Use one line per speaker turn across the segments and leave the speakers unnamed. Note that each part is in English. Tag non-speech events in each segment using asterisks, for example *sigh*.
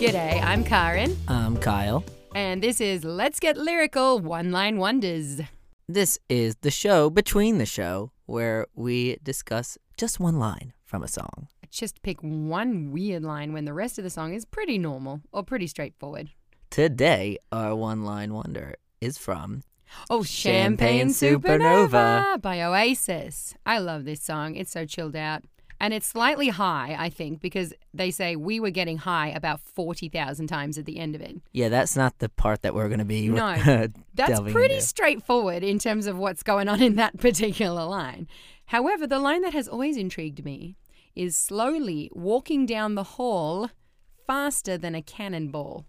G'day, I'm Karen,
I'm Kyle.
and this is Let's Get Lyrical One Line Wonders.
This is the show between the show where we discuss just one line from a song.
Just pick one weird line when the rest of the song is pretty normal or pretty straightforward.
Today, our one line wonder is from
Oh, Champagne,
Champagne
Supernova. by Oasis. I love this song. It's so chilled out. And it's slightly high, I think, because they say we were getting high about 40,000 times at the end of it.
Yeah, that's not the part that we're *laughs* going to be
No, That's
delving
pretty
into.
straightforward in terms of what's going on in that *laughs* particular line. However, the line that has always intrigued me is slowly walking down the hall faster than a cannonball.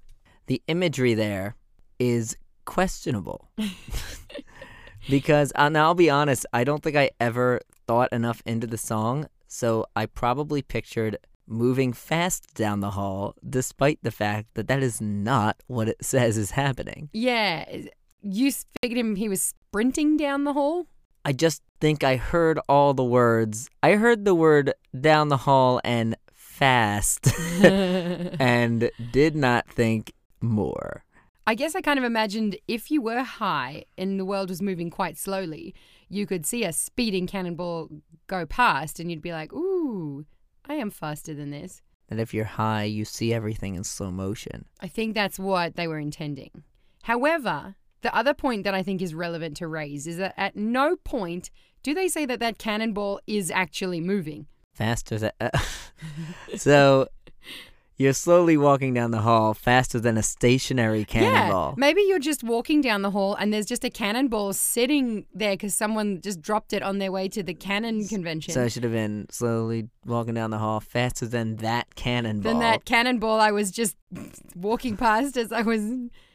the imagery there is questionable. *laughs* because and I'll be honest, I don't think I ever thought enough into the song, so I probably pictured moving fast down the hall despite the fact that that is not what it *laughs* says is happening.
Yeah, you s- figured him he was sprinting down the hall?
I just think I heard all the words. I heard the word down the hall and fast *laughs* and did not think more.
I guess I kind of imagined if you were high and the world was moving quite slowly, you could see a speeding cannonball go past and you'd be like, ooh, I am faster than this.
That if you're high, you see everything in slow motion.
I think that's what they were intending. However, the other point that I think is relevant to raise is that at no point do they say that that cannonball is actually moving.
faster than *laughs* uh, so you're slowly walking down the hall faster than a stationary cannonball
Yeah, maybe you're just walking down the hall and there's just a cannonball sitting there because someone just dropped it on their way to the cannon convention.
so i should have been slowly walking down the hall faster than that cannonball
then that cannonball I was just walking past as I was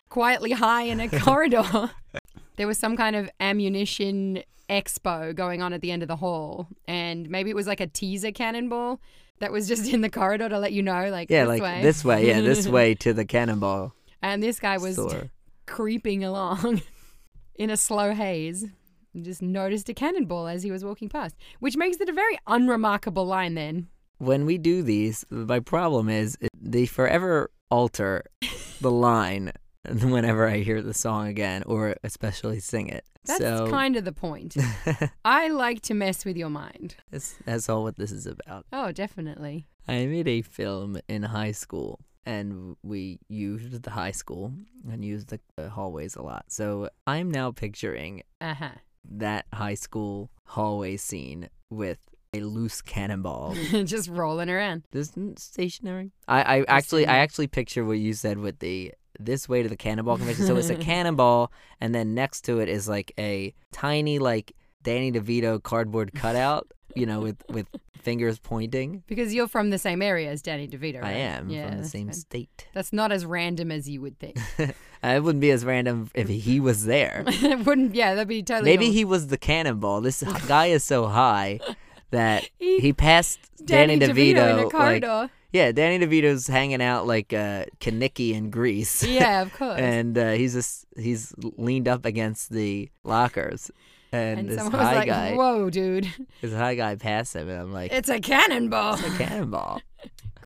quietly high in
*laughs*
a corridor. *laughs* There was some kind of ammunition expo going on at the end of the hall, and maybe it was like a teaser cannonball that was just in the corridor to let you know, like
yeah
this
like
way.
this way yeah
*laughs*
this way to the cannonball
And this guy *laughs* was
store
creeping along *laughs* in a slow haze. and Just noticed a cannonball as he was walking past, which makes it a very unremarkable line. Then
when we do these my problem is it- they forever alter
*laughs*
the line *laughs* whenever i hear the song again or especially sing it
that's
so
kind of the point. I like to mess with your mind.
*laughs* that's, that's all what this is about
Oh, definitely.
I made a film in high school, and we used the high school and used the the hallways a lot. So I'm now picturing
Uh huh.
that high school hallway scene with a
*laughs*
loose cannonball.
*laughs* Just rolling around.
Isn't stationary? I, I actually, I actually picture what you said with the this way to the cannonball convention. so
*laughs*
it's a cannonball, and then next to it is like a tiny like Danny DeVito cardboard cutout, you know, with
*laughs*
with fingers pointing.
Because you're from the same area as Danny DeVito,
I
right?
am from the
that's
same
fine.
state.
That's not as random as you would
*laughs*
think. *laughs*
it wouldn't be as random if he was there.
it wouldn't, yeah, that'd be totally.
Maybe
normal.
he was the cannonball. This h- guy is so high
*laughs*
that
He-
he passed *laughs* Danny, DeVito.
in a
like-
corridor.
yeah, Danny DeVito's hanging out like uh, Kanicki in
*laughs*
Greece.
yeah, of course.
*laughs* and uh, he's just he's leaned up against the lockers, and,
And
this
someone was
high
like,
guy,
"Whoa, dude,
*laughs* this high guy passed him, and I'm like,
it's a cannonball." *laughs*
it's a cannonball.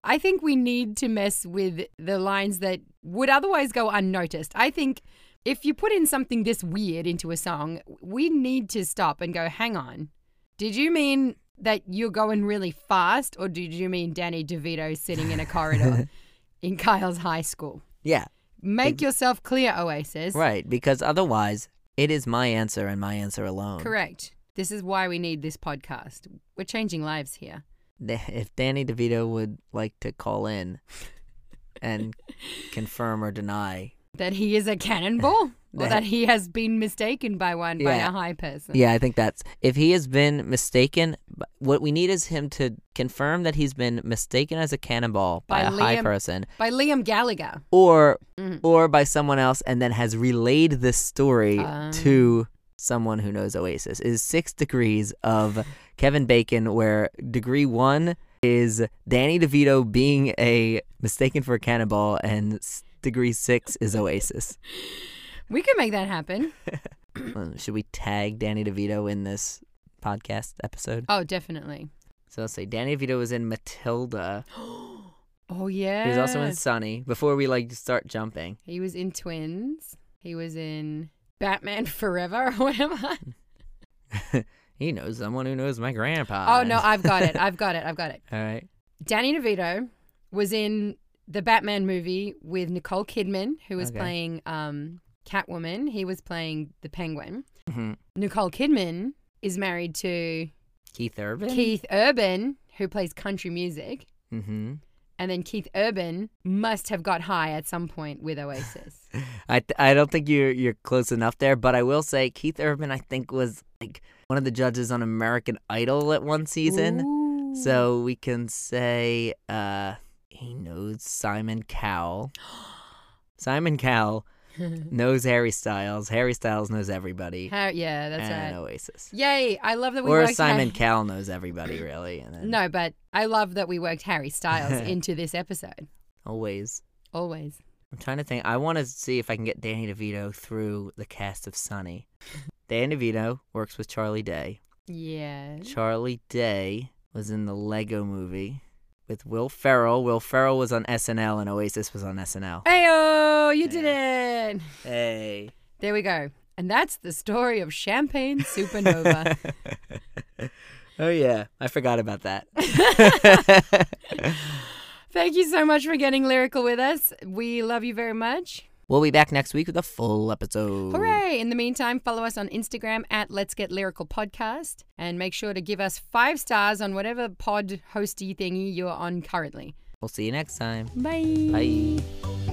I think we need to mess with the lines that would otherwise go unnoticed. I think if you put in something this weird into a song, we need to stop and go, hang on. Did you mean that you're going really fast, or did you mean Danny DeVito sitting in a corridor
*laughs*
in Kyle's high school?
yeah,
Make yourself clear, Oasis.
right. Because otherwise, it is my answer and my answer alone.
Correct. This is why we need this podcast. We're changing lives here.
*laughs* th- if Danny DeVito would like to call in
*laughs*
and confirm or deny.
That he is a cannonball, or
That-
that he has been mistaken by one, by
Yeah.
a high person.
Yeah, I think that's if he has been mistaken. b- What we need is him to confirm that he's been mistaken as a cannonball
By
by, a high
Liam-
person
By Liam Gallagher.
or
Mm-hmm.
or by someone else, and then has relayed this story
Ah.
to someone who knows Oasis. It Is six degrees
*sighs*
of Kevin Bacon, where degree one is Danny DeVito being a mistaken for a cannonball, and s- degree six is
*coughs*
Oasis.
We could make that happen.
Um, Should we tag Danny DeVito in this podcast episode?
Oh, definitely.
So let's say Danny DeVito was in Matilda.
Oh yeah.
He was also in Sunny before we like start jumping.
He was in Twins. He was in Batman *laughs* Forever or whatever.
He knows someone who knows my grandpa.
Oh no, I've got it. I've got it. I've got it.
*laughs* All right.
Danny DeVito was in the Batman movie with Nicole Kidman, who was
Okay.
playing um, Catwoman. He was playing the Penguin.
Mhm.
Nicole Kidman is married to
Keith Urban.
Keith Urban, who plays country music.
Mm-hmm.
And then Keith Urban must have got high at some point with Oasis.
I, th- I don't think you're you're close enough there, but I will say Keith Urban I think was like one of the judges on American Idol at one season.
Ooh.
So we can say uh, he knows
*gasps*
Simon Cowell. Simon Cowell *laughs*
*laughs*
knows Harry Styles. Harry Styles knows everybody.
How- yeah, that's
and
right.
Oasis.
Yay! I love that we
or
worked
Simon
Harry-
Cowell knows everybody really. And then
No, but I love that we worked Harry
*laughs*
Styles into this episode.
always.
Always.
I'm trying to think. I want to see if I can get Danny DeVito through the cast of Sunny. Danny DeVito works with Charlie Day.
Yeah.
Charlie Day was in the Lego movie with Will Ferrell. Will Ferrell was on SNL and Oasis was
*laughs*
on SNL.
Ayo, you did it.
Hey.
There we go. And that's the story of Champagne
*laughs*
Supernova.
oh, yeah. I forgot about that. *laughs*
Thank you so much for getting lyrical with us. We love you very much.
we'll be back next week with a full episode.
Hooray! In the meantime, follow us on Instagram at Let's Get Lyrical Podcast and make sure to give us five stars on whatever pod hosty thingy you're on currently.
We'll see you next time.
Bye.
Bye.